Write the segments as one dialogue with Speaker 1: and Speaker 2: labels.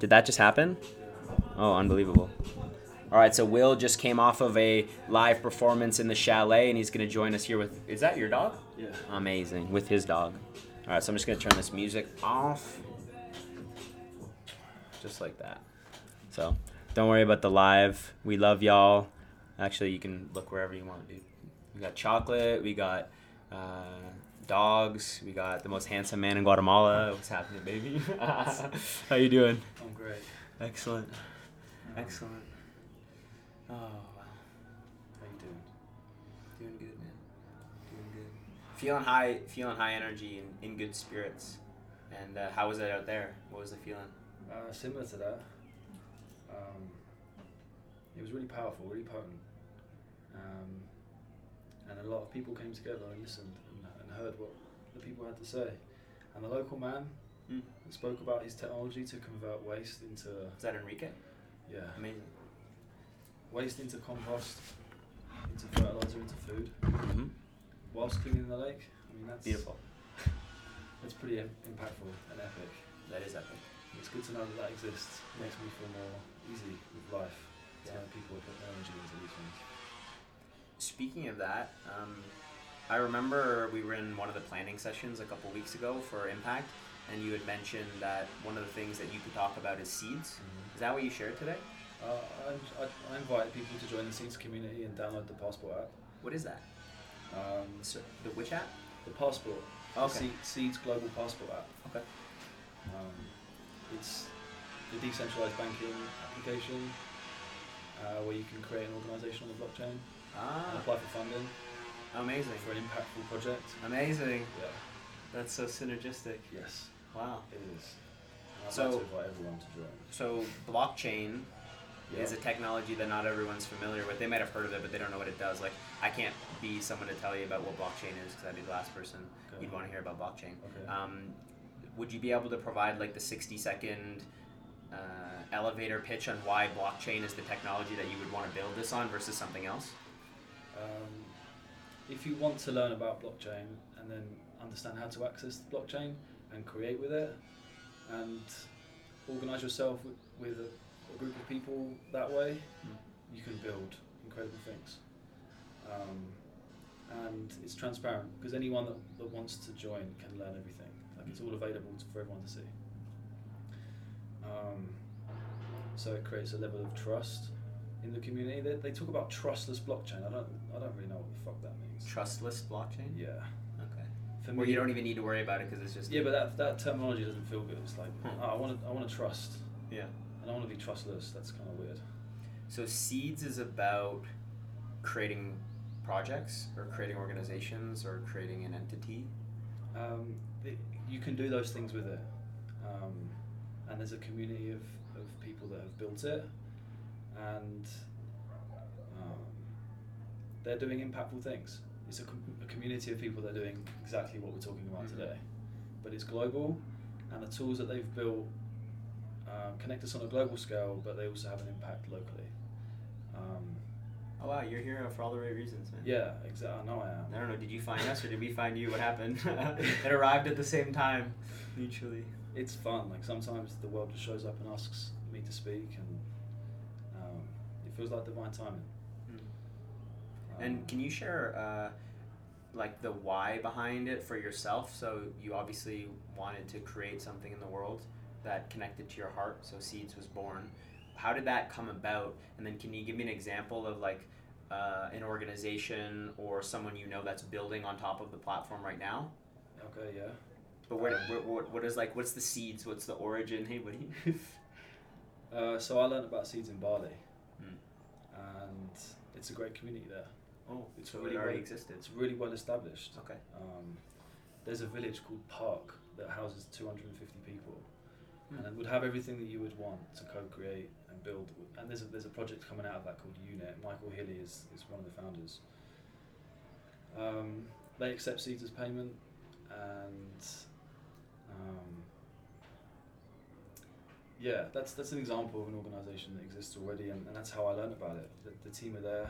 Speaker 1: Did that just happen? Oh, unbelievable. All right, so Will just came off of a live performance in the chalet, and he's going to join us here with. Is that your dog?
Speaker 2: Yeah.
Speaker 1: Amazing. With his dog. All right, so I'm just going to turn this music off. Just like that. So don't worry about the live. We love y'all. Actually, you can look wherever you want, dude. We got chocolate, we got uh, dogs, we got the most handsome man in Guatemala. What's happening, baby? How you doing?
Speaker 2: I'm great. Excellent.
Speaker 1: Um,
Speaker 2: Excellent. Oh, wow. How you doing? Doing good, man. Doing good.
Speaker 1: Feeling high, feeling high energy and in good spirits. And uh, how was it out there? What was the feeling?
Speaker 2: Uh, similar to that. Um, it was really powerful, really potent. Um, and a lot of people came together and listened and, and heard what the people had to say. And the local man Hmm.
Speaker 1: Mm.
Speaker 2: spoke about his technology to convert waste into,
Speaker 1: Was that Enrique?
Speaker 2: yeah,
Speaker 1: Amazing.
Speaker 2: waste into compost, into fertilizer, into food,
Speaker 1: Mm-hmm.
Speaker 2: whilst cleaning the lake. I mean, that's
Speaker 1: Beautiful.
Speaker 2: That's pretty im- impactful and epic.
Speaker 1: That is epic.
Speaker 2: It's good to know that that exists. It makes me feel more easy with life. To know people put their energy into these things.
Speaker 1: Speaking of that, um, I remember we were in one of the planning sessions a couple weeks ago for Impact, and you had mentioned that one of the things that you could talk about is seeds. Is that what you shared today?
Speaker 2: Uh, I, I, I invite people to join the Seeds community and download the Passport app.
Speaker 1: What is that?
Speaker 2: Um,
Speaker 1: So, the which app?
Speaker 2: the Passport, the
Speaker 1: Okay.
Speaker 2: Se- Seeds Global Passport app.
Speaker 1: Okay.
Speaker 2: Um, it's the decentralized banking application uh, where you can create an organization on the blockchain and
Speaker 1: Ah,
Speaker 2: apply for funding
Speaker 1: amazing.
Speaker 2: for an impactful project.
Speaker 1: Amazing.
Speaker 2: Yeah.
Speaker 1: That's so synergistic.
Speaker 2: Yes.
Speaker 1: Wow.
Speaker 2: It is. And I'd
Speaker 1: So-
Speaker 2: like to invite everyone to join.
Speaker 1: So, blockchain
Speaker 2: Yeah.
Speaker 1: is a technology that not everyone's familiar with. They might have heard of it, but they don't know what it does. Like, I can't be someone to tell you about what blockchain is because I'd be the last person
Speaker 2: Okay.
Speaker 1: you'd want to hear about blockchain.
Speaker 2: Okay.
Speaker 1: Um, would you be able to provide like the 60 second uh, elevator pitch on why blockchain is the technology that you would want to build this on versus something else?
Speaker 2: Um, if you want to learn about blockchain and then understand how to access the blockchain and create with it and organize yourself with, with a, a group of people that way,
Speaker 1: Mm.
Speaker 2: you can build incredible things. Um, and it's transparent because anyone that, that wants to join can learn everything. Like it's all available to, for everyone to see. Um, so it creates a level of trust in the community. They, they talk about trustless blockchain. I don't I don't really know what the fuck that means.
Speaker 1: Trustless blockchain?
Speaker 2: Yeah.
Speaker 1: Okay.
Speaker 2: For
Speaker 1: Where you don't even need to worry about it because it's just.
Speaker 2: Yeah, but that, that terminology doesn't feel good. It's like
Speaker 1: Hmm.
Speaker 2: oh, I want to I want to trust.
Speaker 1: Yeah.
Speaker 2: I don't want to be trustless. That's kind of weird.
Speaker 1: So, Seeds is about creating projects or creating organizations or creating an entity.
Speaker 2: Um, it, you can do those things with it. Um, and there's a community of, of people that have built it, and um, they're doing impactful things. It's a, com- a community of people that are doing exactly what we're talking about
Speaker 1: Mhm.
Speaker 2: today. But it's global, and the tools that they've built um, connect us on a global scale, but they also have an impact locally. Um,
Speaker 1: Oh, wow, you're here for all the right reasons, man.
Speaker 2: yeah, exactly. I know I am.
Speaker 1: I don't know, did you find us or did we find you? What happened? it arrived at the same time, mutually.
Speaker 2: it's fun. Like sometimes the world just shows up and asks me to speak, and um, it feels like divine timing. Um,
Speaker 1: And can you share, uh, like, the why behind it for yourself? So, you obviously wanted to create something in the world that connected to your heart, so Seeds was born. How did that come about? And then, can you give me an example of, like, uh, an organization or someone you know that's building on top of the platform right now?
Speaker 2: Okay, yeah.
Speaker 1: But where, where, what- what is, like, what's the seeds? What's the origin? Hey, Hmm. what do you.
Speaker 2: Uh, so I learned about seeds in Bali,
Speaker 1: Mm.
Speaker 2: and it's a great community there.
Speaker 1: Oh,
Speaker 2: It's
Speaker 1: so
Speaker 2: really
Speaker 1: it already
Speaker 2: well-
Speaker 1: existed.
Speaker 2: It's really well established.
Speaker 1: Okay.
Speaker 2: Um, there's a village called Park that houses 250 people,
Speaker 1: Hmm.
Speaker 2: and it would have everything that you would want to co-create and build. And there's a, there's a project coming out of that called Unit. Michael Hilly is, is one of the founders. Um, they accept seeds as payment, and um, yeah, that's that's an example of an organisation that exists already, and, and that's how I learned about it. The, the team are there.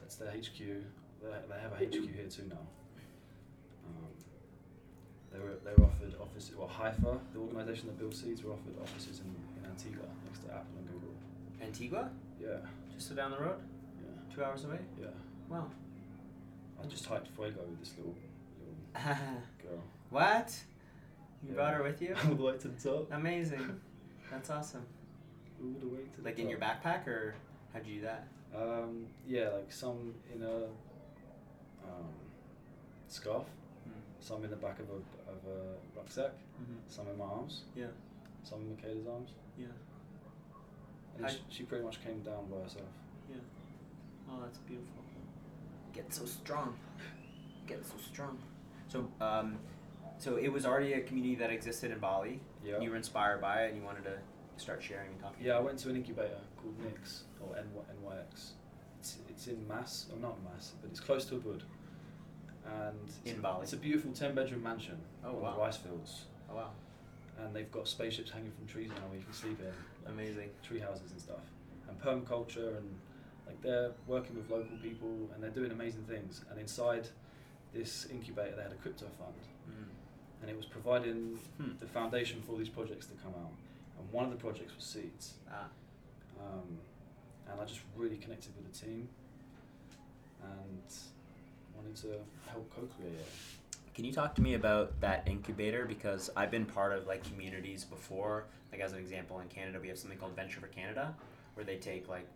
Speaker 2: That's their HQ. They, they have a HQ here too now. Um, they were they were offered offices. Well, Haifa, the organisation that built seeds, were offered offices in, in Antigua
Speaker 1: Antigua,
Speaker 2: Yeah,
Speaker 1: just down the road,
Speaker 2: yeah,
Speaker 1: two hours away.
Speaker 2: yeah.
Speaker 1: Wow.
Speaker 2: I just typed Fuego with this little little girl.
Speaker 1: what? You
Speaker 2: Yeah.
Speaker 1: brought her with you?
Speaker 2: All the way to the top.
Speaker 1: Amazing. That's awesome.
Speaker 2: All the way to the
Speaker 1: Like in
Speaker 2: top.
Speaker 1: your backpack, or how'd you do that?
Speaker 2: Um, yeah, like some in a um, scarf, some in the back of a, of a rucksack,
Speaker 1: Mm-hmm.
Speaker 2: some in my arms,
Speaker 1: Yeah.
Speaker 2: some in Michaela's arms.
Speaker 1: Yeah.
Speaker 2: And
Speaker 1: I-
Speaker 2: she, she pretty much came down by herself.
Speaker 1: Yeah. Oh, that's beautiful. Get so strong. Get so strong. So, um, so it was already a community that existed in Bali.
Speaker 2: Yeah.
Speaker 1: You were inspired by it, and you wanted to start sharing and talking.
Speaker 2: Yeah, I went to an incubator called NYX or NY- NYX. It's, it's in Mass, or not Mass, but it's close to Ubud. And it's
Speaker 1: In
Speaker 2: a-
Speaker 1: Bali.
Speaker 2: It's a beautiful 10 bedroom mansion
Speaker 1: Oh,
Speaker 2: on
Speaker 1: wow.
Speaker 2: the rice fields.
Speaker 1: Oh wow.
Speaker 2: And they've got spaceships hanging from trees now where you can sleep in. like,
Speaker 1: Amazing.
Speaker 2: tree houses and stuff and permaculture and like they're working with local people and they're doing amazing things and inside this incubator they had a crypto fund
Speaker 1: Mm.
Speaker 2: and it was providing
Speaker 1: Hmm.
Speaker 2: the foundation for all these projects to come out and one of the projects was seeds
Speaker 1: Ah.
Speaker 2: um, and i just really connected with the team and wanted to help co-create it
Speaker 1: Can you talk to me about that incubator? Because I've been part of like communities before. Like as an example, in Canada, we have something called Venture for Canada, where they take like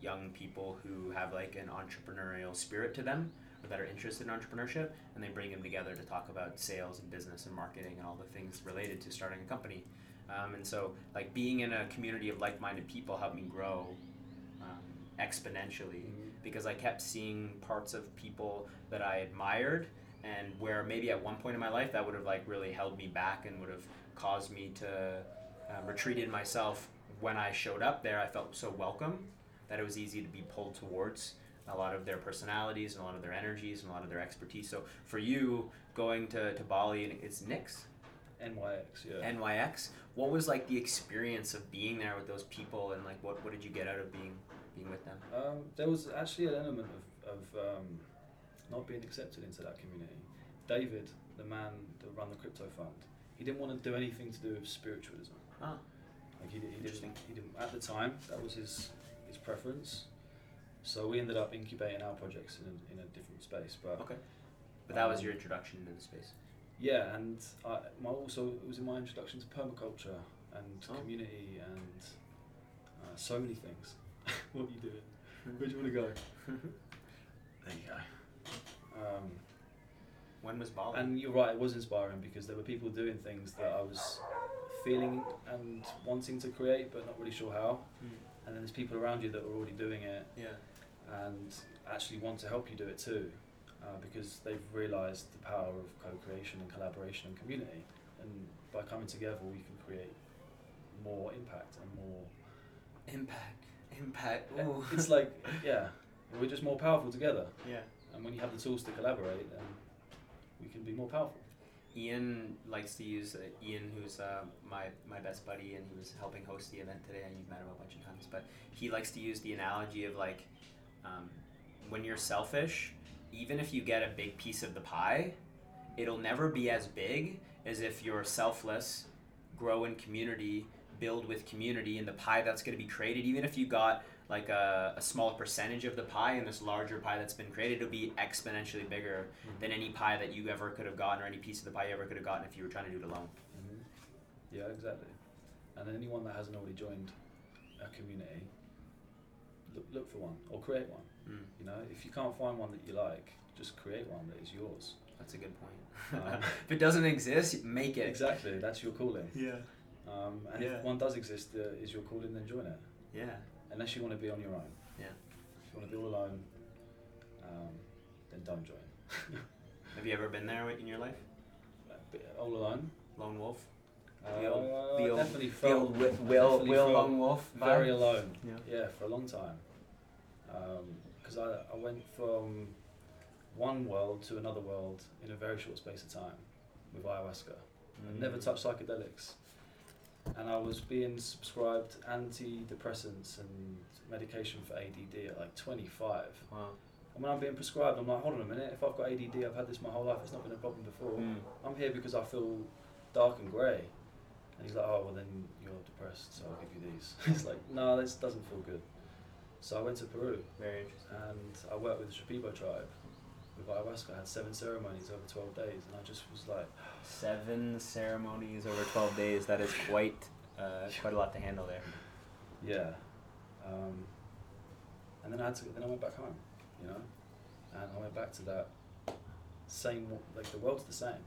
Speaker 1: young people who have like an entrepreneurial spirit to them or that are interested in entrepreneurship, and they bring them together to talk about sales and business and marketing and all the things related to starting a company. Um, and so, like being in a community of like-minded people helped me grow um, exponentially because I kept seeing parts of people that I admired and where maybe at one point in my life that would have like really held me back and would have caused me to um, retreat in myself when I showed up there I felt so welcome that it was easy to be pulled towards a lot of their personalities and a lot of their energies and a lot of their expertise so for you going to, to Bali and it's Nix
Speaker 2: nyx yeah
Speaker 1: NYX what was like the experience of being there with those people and like what, what did you get out of being being with them
Speaker 2: Um, there was actually an element of, of um, not being accepted into that community. David, the man that run the crypto fund, he didn't want to do anything to do with spiritualism.
Speaker 1: Ah.
Speaker 2: Like he, di- he
Speaker 1: Interesting.
Speaker 2: didn't. He didn't. At the time, that was his his preference. So we ended up incubating our projects in a, in a different space. But
Speaker 1: okay but that was
Speaker 2: Um,
Speaker 1: your introduction into the space
Speaker 2: yeah, and I, my also it was in my introduction to permaculture and
Speaker 1: Oh.
Speaker 2: community and uh, so many things. what are you doing? Where do you want to go? Hmm. There you go. Um,
Speaker 1: when was Bali
Speaker 2: and you're right, it was inspiring because there were people doing things that I was feeling and wanting to create, but not really sure how.
Speaker 1: Mm.
Speaker 2: And then there's people around you that are already doing it
Speaker 1: yeah
Speaker 2: and actually want to help you do it too, uh, because they've realised the power of co-creation and collaboration and community. And by coming together, we can create more impact and more. eh,
Speaker 1: Impact. Impact.
Speaker 2: Uh, It's like yeah, we're just more powerful together.
Speaker 1: yeah.
Speaker 2: And when you have the tools to collaborate, then we can be more powerful.
Speaker 1: Ian likes to use uh, Ian, who's uh, my my best buddy, and he was helping host the event today, and you've met him a bunch of times. But he likes to use the analogy of like, um, when you're selfish, even if you get a big piece of the pie, it'll never be as big as if you're selfless, grow in community, build with community, and the pie that's going to be created, even if you got like a, a small percentage of the pie in this larger pie that's been created, it'll be exponentially bigger than any pie that you ever could have gotten or any piece of the pie you ever could have gotten if you were trying to do it alone.
Speaker 2: hmm Yeah, exactly. And anyone that hasn't already joined a community, look, look for one or create one.
Speaker 1: Mm,
Speaker 2: You know, if you can't find one that you like, just create one that is yours.
Speaker 1: that's a good point.
Speaker 2: Um,
Speaker 1: if it doesn't exist, make it.
Speaker 2: Exactly, that's your calling.
Speaker 1: Yeah.
Speaker 2: Um, and
Speaker 1: Yeah.
Speaker 2: if one does exist, uh, is your calling, then join it.
Speaker 1: Yeah.
Speaker 2: Unless you want to be on your own.
Speaker 1: Yeah.
Speaker 2: If you want to be all alone, um, then don't join.
Speaker 1: Have you ever been there in your life?
Speaker 2: all alone.
Speaker 1: Lone wolf?
Speaker 2: Uh,
Speaker 1: The old- the
Speaker 2: I
Speaker 1: old-
Speaker 2: definitely
Speaker 1: The
Speaker 2: felt
Speaker 1: old Wi- Will,
Speaker 2: definitely
Speaker 1: Will
Speaker 2: felt-
Speaker 1: Lone Wolf. vibe?
Speaker 2: very alone.
Speaker 1: Yeah.
Speaker 2: Yeah, for a long time. Because I, I went from one world to another world in a very short space of time with ayahuasca.
Speaker 1: Hmm.
Speaker 2: I never touched psychedelics. And I was being subscribed antidepressants and medication for ADD at like 25.
Speaker 1: Wow.
Speaker 2: And when I'm being prescribed, I'm like, hold on a minute, if I've got
Speaker 1: Hmm.
Speaker 2: ADD, I've had this my whole life, it's not been a problem before.
Speaker 1: Mm.
Speaker 2: I'm here because I feel dark and grey. And he's like, oh, well, then you're depressed, so I'll give you these. it's like, no, this doesn't feel good. So I went to Peru
Speaker 1: Very interesting.
Speaker 2: and I worked with the Shipibo tribe with ayahuasca. I had seven ceremonies over 12 days, and I just was like,
Speaker 1: Seven ceremonies over twelve days. That is quite uh, quite a lot to handle there.
Speaker 2: yeah. Um, and then I had to, then I went back home, you know, and I went back to that same, wo- like the world's the same.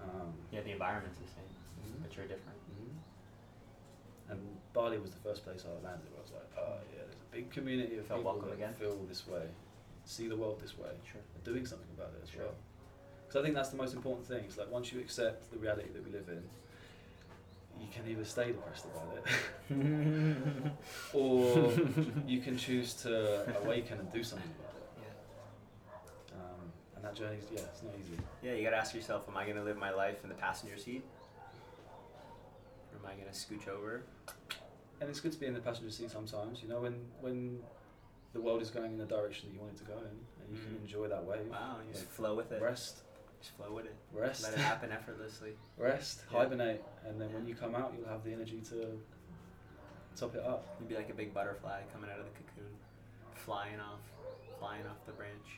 Speaker 1: Hmm.
Speaker 2: Um,
Speaker 1: Yeah, the environment's the same,
Speaker 2: mhm.
Speaker 1: but you're different.
Speaker 2: Mhm. And Bali was the first place I landed where I was like, oh yeah, there's a big community of
Speaker 1: Felt
Speaker 2: people
Speaker 1: welcome
Speaker 2: that
Speaker 1: again.
Speaker 2: feel this way, see the world this way,
Speaker 1: Sure.
Speaker 2: and doing something about it as
Speaker 1: Sure.
Speaker 2: well. Because I think that's the most important thing. It's like once you accept the reality that we live in, you can either stay depressed about it, or you can choose to awaken and do something about it.
Speaker 1: Yeah.
Speaker 2: Um, and that journey, yeah, it's not easy.
Speaker 1: Yeah, you gotta ask yourself, am I gonna live my life in the passenger seat? Or am I gonna scooch over?
Speaker 2: And it's good to be in the passenger seat sometimes, you know, when when the world is going in the direction that you want it to go in, and you can
Speaker 1: Mhm.
Speaker 2: enjoy that wave.
Speaker 1: Wow, you just
Speaker 2: Like,
Speaker 1: flow with it.
Speaker 2: Rest,
Speaker 1: Just flow with it.
Speaker 2: rest,
Speaker 1: Let it happen effortlessly.
Speaker 2: rest,
Speaker 1: Yeah.
Speaker 2: hibernate, and then when you come out, you'll have the energy to top it up.
Speaker 1: You'd be like a big butterfly coming out of the cocoon, flying off, flying off the branch.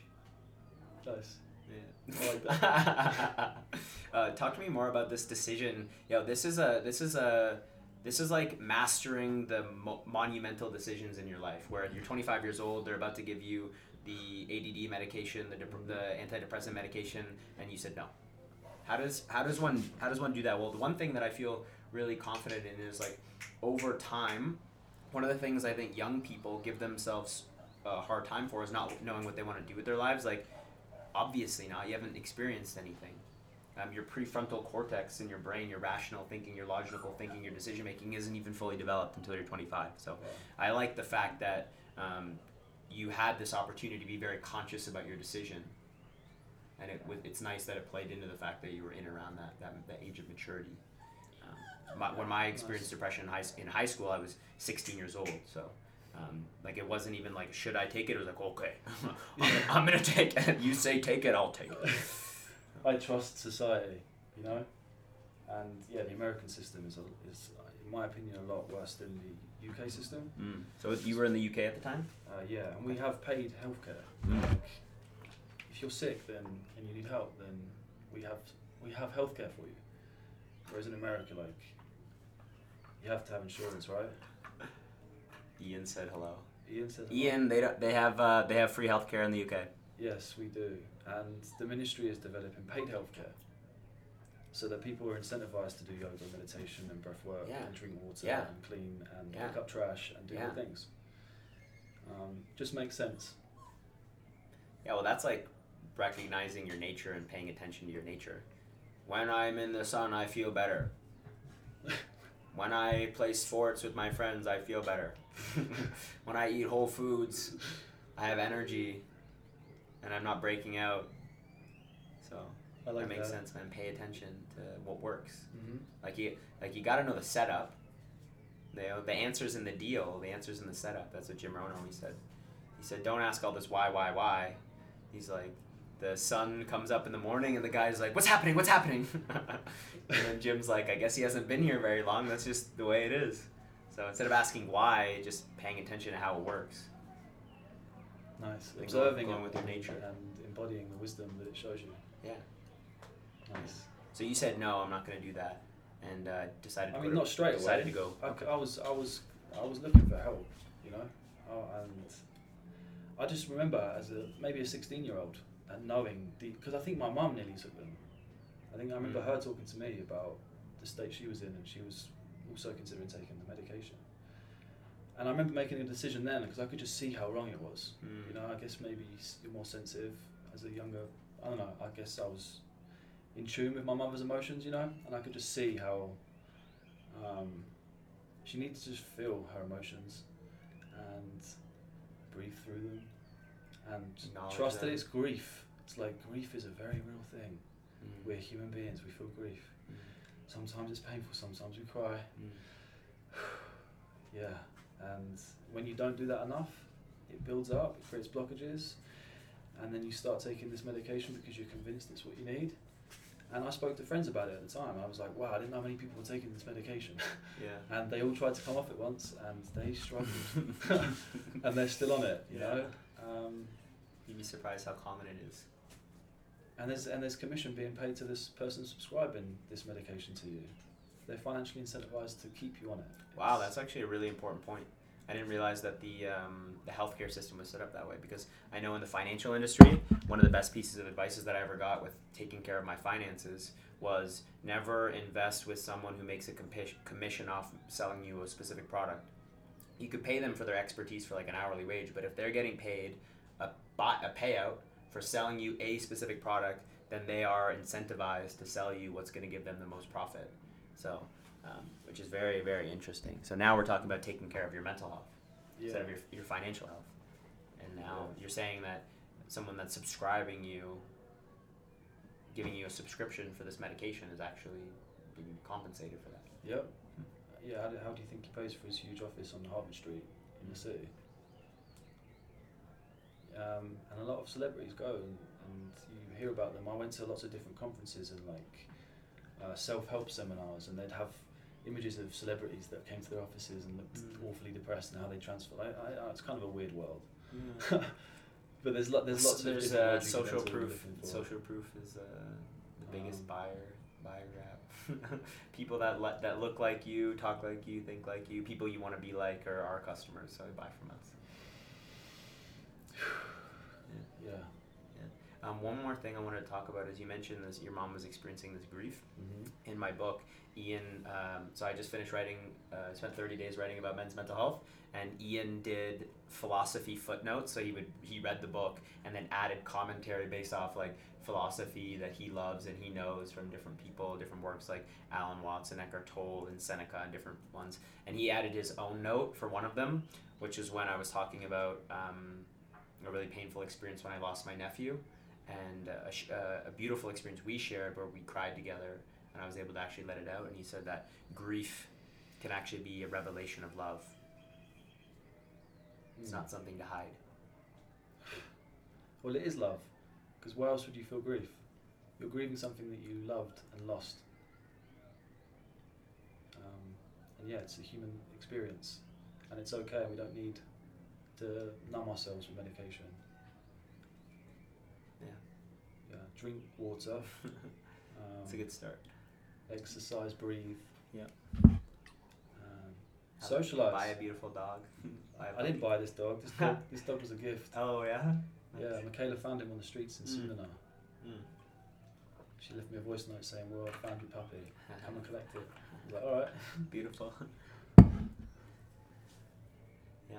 Speaker 2: Nice.
Speaker 1: Yeah.
Speaker 2: I like
Speaker 1: uh, talk to me more about this decision. Yo, this is a this is a this is like mastering the mo- monumental decisions in your life. Where you're 25 years old, they're about to give you the ADD medication, the dep- the antidepressant medication, and you said no. How does how does one how does one do that? Well, the one thing that I feel really confident in is like over time. One of the things I think young people give themselves a hard time for is not knowing what they want to do with their lives. Like obviously not. You haven't experienced anything. Um, your prefrontal cortex in your brain, your rational thinking, your logical thinking, your decision making isn't even fully developed until you're 25. So I like the fact that um, you had this opportunity to be very conscious about your decision. And it, wa- it's nice that it played into the fact that you were in around that, that, that age of maturity. Um, my, when my experience
Speaker 2: Nice.
Speaker 1: depression in high, s- in high school, I was 16 years old. So um, like it wasn't even like should I take it? It was like okay, I'm, I'm gonna take it. You say take it, I'll take it.
Speaker 2: I trust society, you know, and yeah, the American system is, a, is uh, in my opinion, a lot worse than the UK system.
Speaker 1: Mm. So you were in the UK at the time.
Speaker 2: Uh, yeah, and we have paid healthcare.
Speaker 1: Mm.
Speaker 2: Like, if you're sick, then and you need help, then we have we have healthcare for you. Whereas in America, like, you have to have insurance, right?
Speaker 1: Ian said hello.
Speaker 2: Ian said. that.
Speaker 1: Ian, they don't, they have uh, they have free healthcare in the UK.
Speaker 2: Yes, we do, and the ministry is developing paid healthcare. So that people are incentivized to do yoga, meditation, and breath work,
Speaker 1: Yeah.
Speaker 2: and drink water,
Speaker 1: Yeah.
Speaker 2: and clean, and
Speaker 1: Yeah.
Speaker 2: pick up trash, and do
Speaker 1: Yeah.
Speaker 2: good things. Um, just makes sense.
Speaker 1: Yeah, well, that's like recognizing your nature and paying attention to your nature. When I'm in the sun, I feel better. When I play sports with my friends, I feel better. when I eat whole foods, I have energy, and I'm not breaking out. So
Speaker 2: I like
Speaker 1: that makes sense, man. Pay attention to what works.
Speaker 2: hmm
Speaker 1: Like you, like you got to know the setup. You know, the answer's in the deal. The answer's in the setup. That's what Jim Rohn always said. He said, "Don't ask all this why, why, why." He's like, the sun comes up in the morning, and the guy's like, "What's happening? What's happening?" and then Jim's like, "I guess he hasn't been here very long. That's just the way it is." So instead of asking why, just paying attention to how it works.
Speaker 2: Nice.
Speaker 1: Like
Speaker 2: Observing
Speaker 1: going
Speaker 2: it
Speaker 1: with your nature.
Speaker 2: and embodying the wisdom that it shows you.
Speaker 1: Yeah.
Speaker 2: Nice.
Speaker 1: So you said, "No, I'm not going to do that," and uh, decided.
Speaker 2: I
Speaker 1: to
Speaker 2: mean,
Speaker 1: go to-
Speaker 2: not straight away.
Speaker 1: Decided to go.
Speaker 2: I, I was, I was, I was looking for help. You know, oh, and I just remember as a maybe a sixteen-year-old and knowing because I think my mum nearly took them. I think I remember
Speaker 1: Mm.
Speaker 2: her talking to me about the state she was in, and she was also considering taking the medication. And I remember making a decision then because I could just see how wrong it was.
Speaker 1: Mm.
Speaker 2: You know, I guess maybe s- you're more sensitive as a younger. I don't know. I guess I was in tune with my mother's emotions, you know, and I could just see how um, she needed to just feel her emotions and breathe through them and
Speaker 1: Acknowledge
Speaker 2: trust
Speaker 1: them.
Speaker 2: that it's grief. It's like grief is a very real thing.
Speaker 1: Mm.
Speaker 2: We're human beings. We feel grief.
Speaker 1: Mm.
Speaker 2: Sometimes it's painful. Sometimes we cry.
Speaker 1: Mm.
Speaker 2: Yeah, and when you don't do that enough, it builds up, it creates blockages, and then you start taking this medication because you're convinced it's what you need, And I spoke to friends about it at the time. I was like, wow, I didn't know how many people were taking this medication.
Speaker 1: Yeah.
Speaker 2: and they all tried to come off it once and they struggled. and they're still on it, you
Speaker 1: Yeah.
Speaker 2: know? Um,
Speaker 1: You'd be surprised how common it is.
Speaker 2: and there's and there's commission being paid to this person subscribing this medication to you. They're financially incentivized to keep you on it.
Speaker 1: Wow,
Speaker 2: It's-
Speaker 1: that's actually a really important point. I didn't realize that the um, the healthcare system was set up that way because I know in the financial industry, one of the best pieces of advice that I ever got with taking care of my finances was never invest with someone who makes a compi- commission off selling you a specific product. You could pay them for their expertise for like an hourly wage, but if they're getting paid a buy a payout for selling you a specific product, then they are incentivized to sell you what's going to give them the most profit. So um, which is very very interesting. So now we're talking about taking care of your mental health instead of your, your financial health, and now
Speaker 2: Yeah.
Speaker 1: you're saying that someone that's subscribing you, giving you a subscription for this medication is actually being compensated for that.
Speaker 2: Yep. Yeah, how do, how do you think he pays for his huge office on Harvard Street in the city? Um, and a lot of celebrities go and, and you hear about them. I went to lots of different conferences and like uh, self help seminars, and they'd have images of celebrities that came to their offices and looked
Speaker 1: Mm.
Speaker 2: awfully depressed and how they transfer. I, I, I- it's kind of a weird world. but there's, lo- there's lots of
Speaker 1: there's
Speaker 2: different
Speaker 1: uh,
Speaker 2: logic
Speaker 1: social
Speaker 2: events that we're
Speaker 1: proof.
Speaker 2: looking for.
Speaker 1: Social proof is uh, the biggest
Speaker 2: Um,
Speaker 1: buyer buyer grab. people that let that look like you, talk like you, think like you, people you want to be like are our customers, so they buy from us.
Speaker 2: Yeah.
Speaker 1: Um, one more thing I wanted to talk about is you mentioned this your mom was experiencing this grief.
Speaker 2: Mm-hmm.
Speaker 1: In my book, Ian, um, so I just finished writing, uh, spent 30 days writing about men's mental health, and Ian did philosophy footnotes. So he would he read the book and then added commentary based off like philosophy that he loves and he knows from different people, different works like Alan Watts and Eckhart Tolle and Seneca and different ones. And he added his own note for one of them, which is when I was talking about um, a really painful experience when I lost my nephew, and uh, a, sh- uh, a beautiful experience we shared where we cried together, and I was able to actually let it out. And he said that grief can actually be a revelation of love. It's
Speaker 2: Mm.
Speaker 1: not something to hide.
Speaker 2: Well, it is love, because why else would you feel grief? You're grieving something that you loved and lost. Um, and yeah, it's a human experience, and it's okay. and We don't need to numb ourselves with medication.
Speaker 1: Yeah.
Speaker 2: Yeah, drink water. Um,
Speaker 1: It's a good start.
Speaker 2: Exercise, breathe.
Speaker 1: Yeah.
Speaker 2: Um,
Speaker 1: Have a-
Speaker 2: Socialize.
Speaker 1: Buy a beautiful dog. Buy a
Speaker 2: I didn't
Speaker 1: puppy.
Speaker 2: buy this dog. This dog, this dog was a gift.
Speaker 1: Oh yeah.
Speaker 2: Yeah,
Speaker 1: Nice.
Speaker 2: Michaela found him on the streets in
Speaker 1: Mm.
Speaker 2: Sumina.
Speaker 1: Mm.
Speaker 2: She left me a voice note saying, "Well, I found your puppy. Come and collect it." I was like, "All right."
Speaker 1: Hmm. Beautiful. yeah.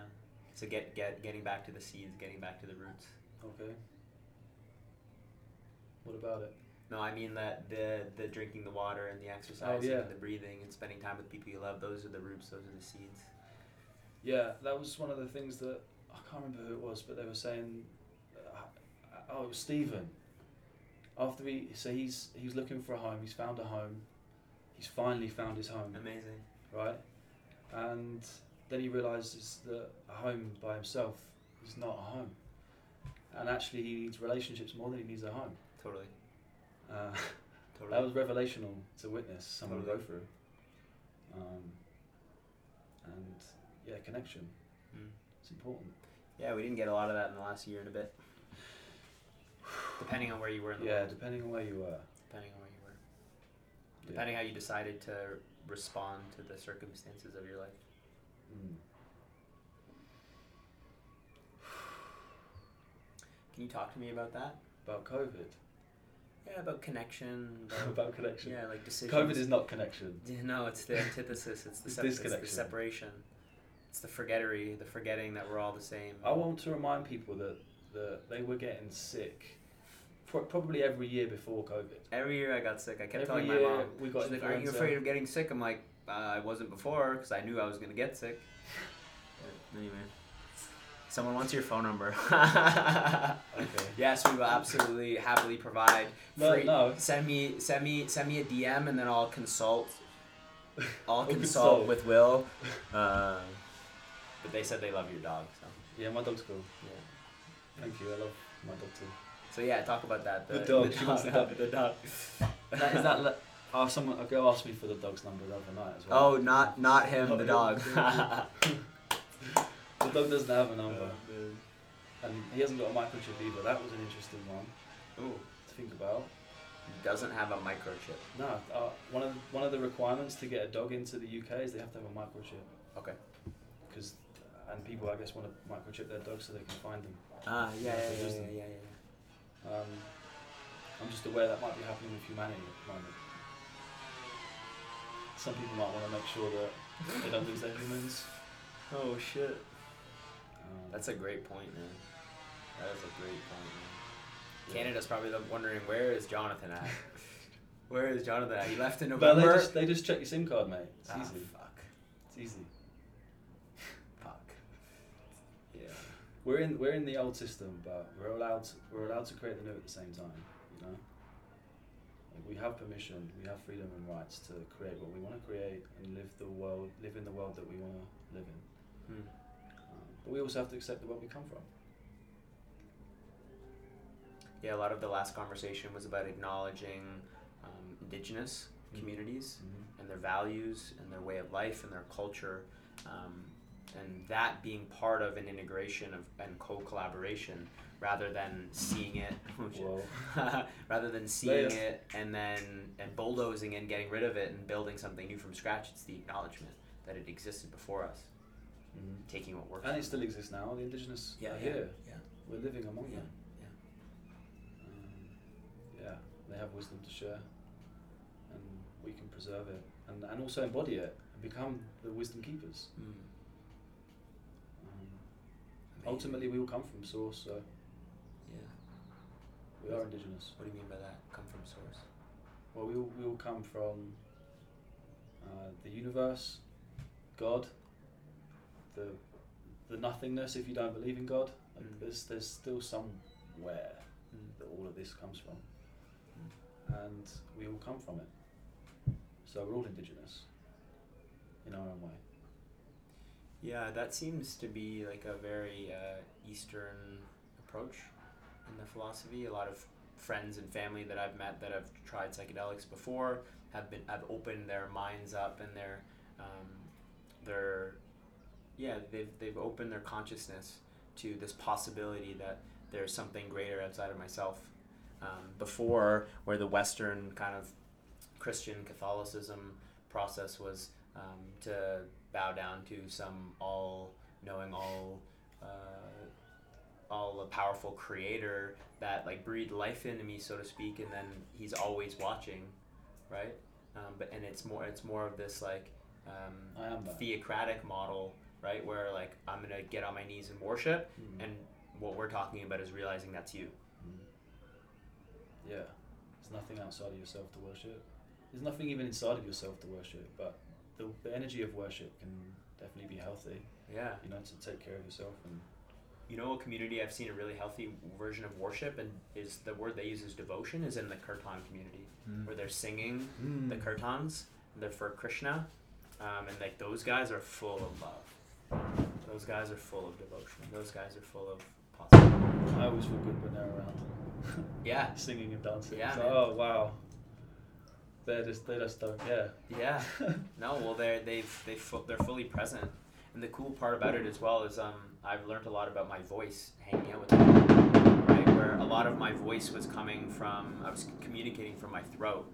Speaker 1: So get get getting back to the seeds, getting back to the roots.
Speaker 2: Okay. What about it?
Speaker 1: No, I mean that the the drinking the water and the exercising
Speaker 2: Oh, yeah.
Speaker 1: and the breathing and spending time with people you love. Those are the roots. Those are the seeds.
Speaker 2: Yeah, that was one of the things that I can't remember who it was, but they were saying, uh, "Oh, it was Stephen." After he, so he's he's looking for a home. He's found a home. He's finally found his home,
Speaker 1: Amazing.
Speaker 2: right? And then he realizes that a home by himself is not a home, and actually he needs relationships more than he needs a home.
Speaker 1: Totally.
Speaker 2: Uh,
Speaker 1: Totally.
Speaker 2: That was revelational to witness someone
Speaker 1: Totally.
Speaker 2: go through. Um, and yeah, connection.
Speaker 1: Mm.
Speaker 2: It's important.
Speaker 1: Yeah, we didn't get a lot of that in the last year and a bit. Depending on where you were in the
Speaker 2: Yeah,
Speaker 1: world.
Speaker 2: depending on where you were.
Speaker 1: Depending on where you were.
Speaker 2: Yeah.
Speaker 1: Depending how you decided to respond to the circumstances of your life.
Speaker 2: Mm.
Speaker 1: Can you talk to me about that?
Speaker 2: About COVID.
Speaker 1: Yeah, about connection. About,
Speaker 2: about connection.
Speaker 1: Mm. yeah, like decisions.
Speaker 2: COVID is not connection.
Speaker 1: Yeah, No, it's the antithesis. It's the,
Speaker 2: It's
Speaker 1: sep- it's the
Speaker 2: disconnection.
Speaker 1: separation. It's the forgettery, the forgetting that we're all the same.
Speaker 2: I want to remind people that, that they were getting sick pro- probably every year before COVID.
Speaker 1: Every year I got sick. I kept
Speaker 2: every
Speaker 1: telling my
Speaker 2: year
Speaker 1: mom.
Speaker 2: we got
Speaker 1: She's like, "Are you
Speaker 2: influenza."
Speaker 1: afraid of getting sick?" I'm like, uh, "I wasn't before because I knew I was gonna get sick." But Anyway, someone wants your phone number.
Speaker 2: Okay.
Speaker 1: Yes, we will absolutely happily provide.
Speaker 2: No,
Speaker 1: free-
Speaker 2: no.
Speaker 1: Send me, send me, send me a DM, and then I'll consult. I'll
Speaker 2: I'll
Speaker 1: consult
Speaker 2: consult.
Speaker 1: with Will. Uh, but they said they love your dog, so
Speaker 2: Yeah, my dog's cool.
Speaker 1: yeah.
Speaker 2: Thank you. I love my dog too.
Speaker 1: So yeah, talk about that.
Speaker 2: The dog,
Speaker 1: The
Speaker 2: she wants
Speaker 1: dog.
Speaker 2: the dog, the dog. That, is that le- oh, someone a girl asked me for the dog's number the other night as well.
Speaker 1: Oh, not not him.
Speaker 2: Oh,
Speaker 1: the
Speaker 2: yeah.
Speaker 1: dog.
Speaker 2: The dog doesn't have a number, and he hasn't got a microchip either. That was an interesting one
Speaker 1: Ooh,
Speaker 2: to think about.
Speaker 1: doesn't have a microchip.
Speaker 2: No, uh, one of the, one of the requirements to get a dog into the UK is they have to have a microchip.
Speaker 1: Okay.
Speaker 2: Because and people I guess want to microchip their dogs so they can find them.
Speaker 1: Ah,
Speaker 2: yeah, yeah, yeah, yeah,
Speaker 1: yeah.
Speaker 2: Um, I'm just aware that might be happening with humanity at the moment. Some people might want to make sure that they don't lose their humans.
Speaker 1: Oh shit.
Speaker 2: Um,
Speaker 1: That's a great point, man. That is a great point.
Speaker 2: yeah.
Speaker 1: Man. Canada's probably lo- wondering where is Jonathan at. where is Jonathan at? He left in
Speaker 2: But
Speaker 1: November.
Speaker 2: they just, they just check your SIM card, mate. It's
Speaker 1: ah,
Speaker 2: easy.
Speaker 1: fuck,
Speaker 2: It's easy.
Speaker 1: fuck. Yeah.
Speaker 2: We're in we're in the old system, but we're allowed to, we're allowed to create the new at the same time. You know, like we have permission, we have freedom and rights to create what we want to create and live the world, live in the world that we want to live in.
Speaker 1: Hmm.
Speaker 2: Um, but we also have to accept the world we come from.
Speaker 1: Yeah, a lot of the last conversation was about acknowledging um, indigenous
Speaker 2: Mm.
Speaker 1: communities
Speaker 2: Mm-hmm.
Speaker 1: and their values and their way of life and their culture, um, and that being part of an integration of and co collaboration rather than seeing it. Oh, shit.
Speaker 2: Well,
Speaker 1: rather than seeing
Speaker 2: Later.
Speaker 1: it and then and bulldozing and getting rid of it and building something new from scratch, it's the acknowledgement that it existed before us,
Speaker 2: mm
Speaker 1: taking what works.
Speaker 2: and it still exists now. The indigenous
Speaker 1: Mm-hmm. Yeah,
Speaker 2: are
Speaker 1: yeah,
Speaker 2: here.
Speaker 1: yeah.
Speaker 2: We're living among
Speaker 1: Yeah,
Speaker 2: them. Um, yeah, they have wisdom to share, and we can preserve it and, and also embody it and become the wisdom keepers.
Speaker 1: Mm.
Speaker 2: Um,
Speaker 1: Amazing.
Speaker 2: ultimately, we all come from source, so
Speaker 1: yeah.
Speaker 2: we are indigenous.
Speaker 1: What do you mean by that? Come from source.
Speaker 2: Well, we all, we all come from uh, the universe, God, the the nothingness. If you don't believe in God, like
Speaker 1: Mm.
Speaker 2: there's there's still somewhere
Speaker 1: Mm.
Speaker 2: that all of this comes from, and we all come from it. So we're all indigenous in our own way.
Speaker 1: Yeah, that seems to be like a very uh, Eastern approach in the philosophy. A lot of friends and family that I've met that have tried psychedelics before have been have opened their minds up and their um, their yeah they've they've opened their consciousness to this possibility that there's something greater outside of myself. Um, before, where the Western kind of Christian Catholicism process was um, to bow down to some all knowing, all uh, all powerful creator that like breathed life into me, so to speak, and then he's always watching, right? Um, but and it's more it's more of this like um,
Speaker 2: I am that.
Speaker 1: theocratic model, right? Where like I'm gonna get on my knees and worship,
Speaker 2: Mm.
Speaker 1: and what we're talking about is realizing that's you.
Speaker 2: Mm. Yeah, there's nothing outside of yourself to worship. There's nothing even inside of yourself to worship, but the, the energy of worship can definitely be healthy.
Speaker 1: Yeah.
Speaker 2: You know, to take care of yourself and
Speaker 1: You know, a community I've seen a really healthy version of worship, and is the word they use is devotion, is in the Kirtan community,
Speaker 2: Mm.
Speaker 1: where they're singing the Kirtans, they're for Krishna, um, and like those guys are full of love. Those guys are full of devotion. Those guys are full of positive.
Speaker 2: I always feel good when they're around,
Speaker 1: Yeah,
Speaker 2: singing and dancing.
Speaker 1: Yeah,
Speaker 2: It's
Speaker 1: man.
Speaker 2: like, oh wow, they're just they just don't care.
Speaker 1: yeah. Mm. No, well, they're they've they fu- they're fully present, and the cool part about it as well is um I've learned a lot about my voice hanging out with them, right? Where a lot of my voice was coming from I was communicating from my throat,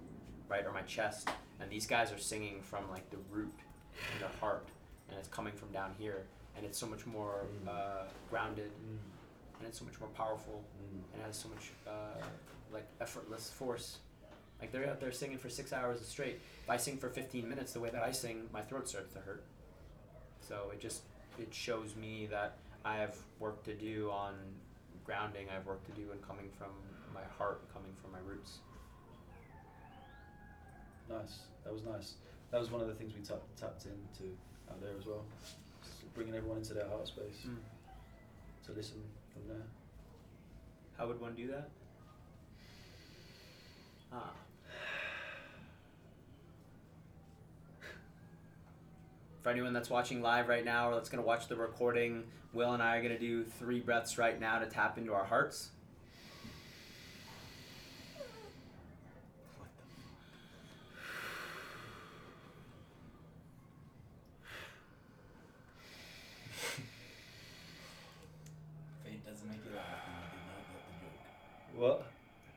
Speaker 1: right, or my chest, and these guys are singing from like the root, and the heart, and it's coming from down here, and it's so much more
Speaker 2: Mm.
Speaker 1: uh, grounded, and it's so much more powerful,
Speaker 2: Mm.
Speaker 1: and it has so much uh, like effortless force. Like they're out there singing for six hours straight. If I sing for fifteen minutes the way that I sing, my throat starts to hurt. So it just it shows me that I have work to do on grounding. I have work to do in coming from my heart, coming from my roots.
Speaker 2: Nice. That was nice. That was one of the things we tapped tapped into out there as well, Just bringing everyone into their heart space to listen from there.
Speaker 1: How would one do that? Ah, for anyone that's watching live right now or that's going to watch the recording, Will and I are going to do three breaths right now to tap into our hearts.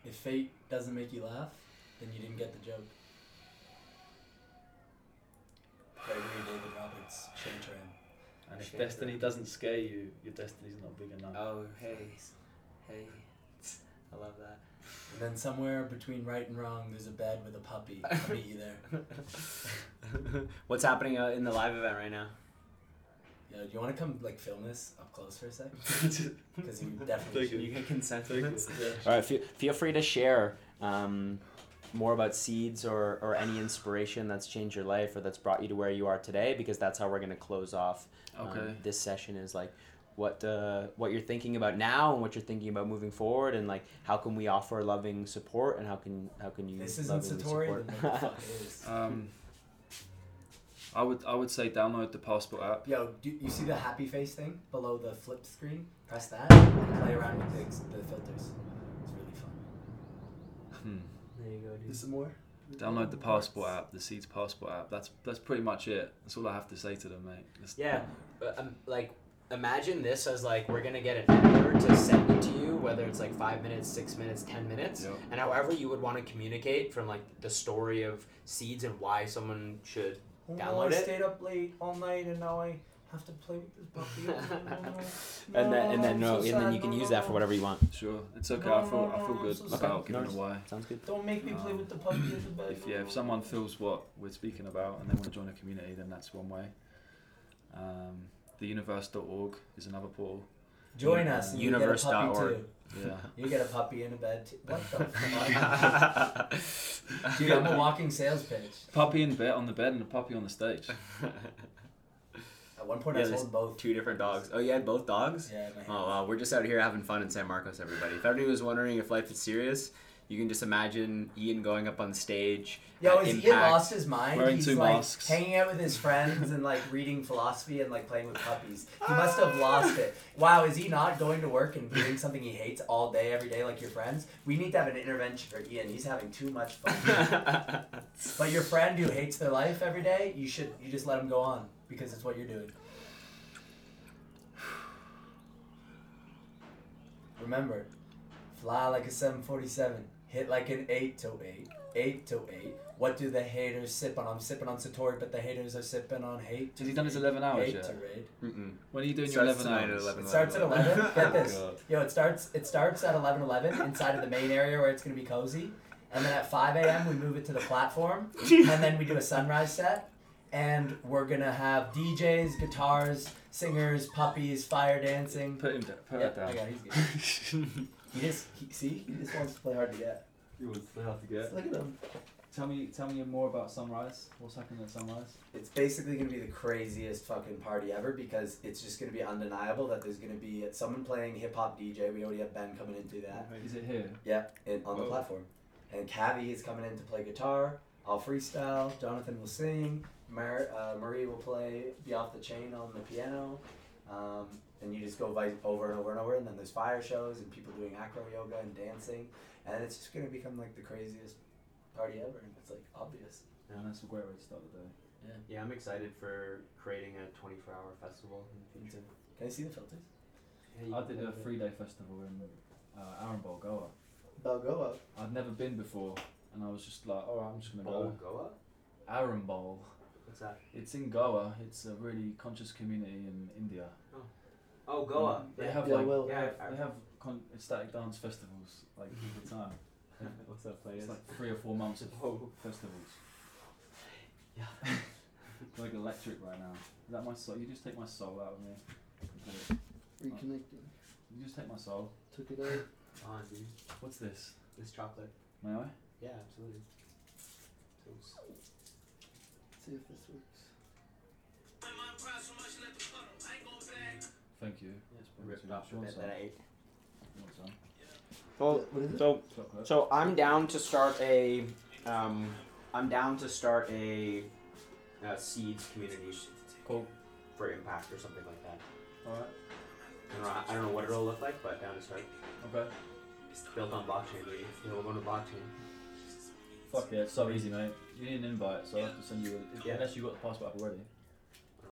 Speaker 3: If fate doesn't make you laugh, then you didn't get the joke. Very new David Roberts, Shin Train.
Speaker 2: And if
Speaker 1: Shit.
Speaker 2: destiny doesn't scare you, your destiny's not big enough.
Speaker 1: Oh, hey. Hey. I love that.
Speaker 3: And then somewhere between right and wrong, there's a bed with a puppy. I'll meet you there.
Speaker 1: What's happening uh, in the live event right now?
Speaker 3: Yo, do you want to come like film this up close for a sec? Because you
Speaker 2: Thank
Speaker 3: definitely.
Speaker 1: You can consent to
Speaker 2: Thank you.
Speaker 1: this.
Speaker 2: Yeah.
Speaker 1: All right. Feel, feel free to share um, more about seeds or, or any inspiration that's changed your life or that's brought you to where you are today, because that's how we're going to close off um,
Speaker 2: Okay.
Speaker 1: this session is like what uh, what you're thinking about now and what you're thinking about moving forward and like how can we offer loving support and how can how can you
Speaker 3: This isn't
Speaker 1: lovingly
Speaker 3: Satori.
Speaker 1: support?
Speaker 3: Then what the fuck it is?
Speaker 2: Um, I would I would say download the passport app.
Speaker 3: Yo, do you see the happy face thing below the flip screen? Press that. and Play around with the, ex- the filters. It's really fun. There you go, dude. Some more.
Speaker 2: Hmm, Download the passport app, the Seeds passport app. That's that's pretty much it. That's all I have to say to them, mate. It's-
Speaker 1: Yeah, but, um, like imagine this as like we're gonna get an editor to send it to you, whether it's like five minutes, six minutes, ten minutes,
Speaker 2: Yep.
Speaker 1: and however you would want to communicate from like the story of seeds and why someone should.
Speaker 3: Oh,
Speaker 1: Download
Speaker 3: I
Speaker 1: it.
Speaker 3: stayed up late all night and now I have to play with this puppy. Oh,
Speaker 1: and then and then
Speaker 3: I'm
Speaker 1: no,
Speaker 3: so
Speaker 1: and then
Speaker 3: sad.
Speaker 1: you can
Speaker 3: No,
Speaker 1: use
Speaker 3: no,
Speaker 1: that
Speaker 3: no.
Speaker 1: for whatever you want.
Speaker 2: Sure, it's okay.
Speaker 3: No,
Speaker 2: I feel
Speaker 3: no,
Speaker 2: I feel
Speaker 3: no,
Speaker 2: good
Speaker 3: I'm so
Speaker 2: about
Speaker 3: sorry.
Speaker 2: giving
Speaker 1: No,
Speaker 2: it away.
Speaker 1: Sounds good.
Speaker 3: Don't make me play with the puppy in the bed.
Speaker 2: If yeah, if someone feels what we're speaking about and they want to join a community, then that's one way. Um, theuniverse.org is another portal.
Speaker 3: Join us. And you get a puppy
Speaker 1: Universe.org.
Speaker 3: too.
Speaker 2: Yeah.
Speaker 3: You get a puppy in a bed too. What the fuck? Dude, I'm a walking sales pitch.
Speaker 2: puppy in bed on the bed and a puppy on the stage.
Speaker 3: At one point,
Speaker 1: Yeah,
Speaker 3: I
Speaker 1: there's
Speaker 3: sold both.
Speaker 1: Two different dogs. Oh, you had both dogs.
Speaker 3: Yeah, my hand.
Speaker 1: Oh wow, we're just out here having fun in San Marcos, everybody. If anybody was wondering if life is serious, you can just imagine Ian going up on stage.
Speaker 3: Yo,
Speaker 1: at
Speaker 3: is
Speaker 1: impact.
Speaker 3: Ian lost his mind?
Speaker 2: Wearing
Speaker 3: He's
Speaker 2: two
Speaker 3: like
Speaker 2: masks.
Speaker 3: hanging out with his friends and like reading philosophy and like playing with puppies. He must have lost it. Wow, is he not going to work and doing something he hates all day, every day, like your friends? We need to have an intervention for Ian. He's having too much fun. but your friend who hates their life every day, you should you just let him go on because it's what you're doing. Remember, fly like a 747, hit like an 8 to 8, 8 to 8. What do the haters sip on? I'm sipping on Satori, but the haters are sipping on hate.
Speaker 2: Has he done his 11 hours
Speaker 3: hate
Speaker 2: yet?
Speaker 3: to raid.
Speaker 1: Mm-mm.
Speaker 2: When are you doing your
Speaker 1: Starts
Speaker 2: 11
Speaker 1: tonight at
Speaker 2: hours? Oh,
Speaker 1: 11.
Speaker 3: It starts at 11. Get this.
Speaker 2: God.
Speaker 3: Yo, it starts it starts at 11:11 inside of the main area where it's gonna be cozy, and then at 5 a.m. we move it to the platform, and then we do a sunrise set, and we're gonna have DJs, guitars, singers, puppies, fire dancing.
Speaker 2: Put him down. Put
Speaker 3: Yeah,
Speaker 2: that
Speaker 3: I
Speaker 2: down.
Speaker 3: got- he's good. He just he, see he just wants to play hard to get.
Speaker 2: You would still have to get.
Speaker 3: Look at him.
Speaker 2: Tell me, tell me more about Sunrise. What's happening at Sunrise?
Speaker 3: It's basically gonna be the craziest fucking party ever because it's just gonna be undeniable that there's gonna be someone playing hip hop DJ. We already have Ben coming into that.
Speaker 2: Is it here?
Speaker 3: Yeah, and on the
Speaker 2: Whoa.
Speaker 3: platform. And Cavi is coming in to play guitar. I'll freestyle. Jonathan will sing. Mar- uh, Marie will play Be Off the Chain on the piano. Um, and you just go vi- over and over and over. And then there's fire shows and people doing acro yoga and dancing. And it's just going to become like the craziest party ever. And it's like obvious.
Speaker 2: Yeah, that's a great way to start the day.
Speaker 1: Yeah, I'm excited for creating a 24 hour festival in the future.
Speaker 3: Can I see the filters?
Speaker 2: I did a three day festival in uh, Arambol, Goa.
Speaker 3: Balgoa.
Speaker 2: I'd never been before, and I was just like, all right, I'm just gonna
Speaker 3: Oh.
Speaker 2: go.
Speaker 1: Oh, Goa?
Speaker 2: Arambol.
Speaker 1: What's that?
Speaker 2: It's in Goa. It's a really conscious community in India.
Speaker 1: Oh,
Speaker 2: Goa. They have
Speaker 3: Yeah,
Speaker 2: like
Speaker 3: Will.
Speaker 2: they
Speaker 1: Yeah,
Speaker 2: have,
Speaker 1: I-
Speaker 2: they have con- ecstatic dance festivals like all the time.
Speaker 1: What's that
Speaker 2: It's like three or four months of
Speaker 1: Oh.
Speaker 2: festivals. Yeah. like electric right now. Is that my soul? You just take my soul out of me. Completely.
Speaker 3: Reconnecting.
Speaker 2: You just take my soul.
Speaker 3: Took it out.
Speaker 1: On, dude.
Speaker 2: What's this?
Speaker 1: This chocolate.
Speaker 2: May I?
Speaker 1: Yeah, absolutely. Thanks.
Speaker 3: See if this works.
Speaker 2: Thank you. Yes,
Speaker 1: Ripped off the
Speaker 2: Sure,
Speaker 1: bit
Speaker 2: sir.
Speaker 1: that I ate.
Speaker 2: What's on?
Speaker 1: Well,
Speaker 3: What is it?
Speaker 1: so
Speaker 2: Chocolate.
Speaker 1: so I'm down to start a, um, I'm down to start a, uh, seeds community
Speaker 2: Cool.
Speaker 1: for impact or something like that.
Speaker 2: Alright.
Speaker 1: I don't know, I don't know what it'll look like, but down to start.
Speaker 2: Okay.
Speaker 1: Built on blockchain, baby. You know, we're going to blockchain.
Speaker 2: Fuck yeah, it's so easy, mate. You need an invite, so I have to send you. A,
Speaker 1: Yeah.
Speaker 2: Unless you got the passport up already.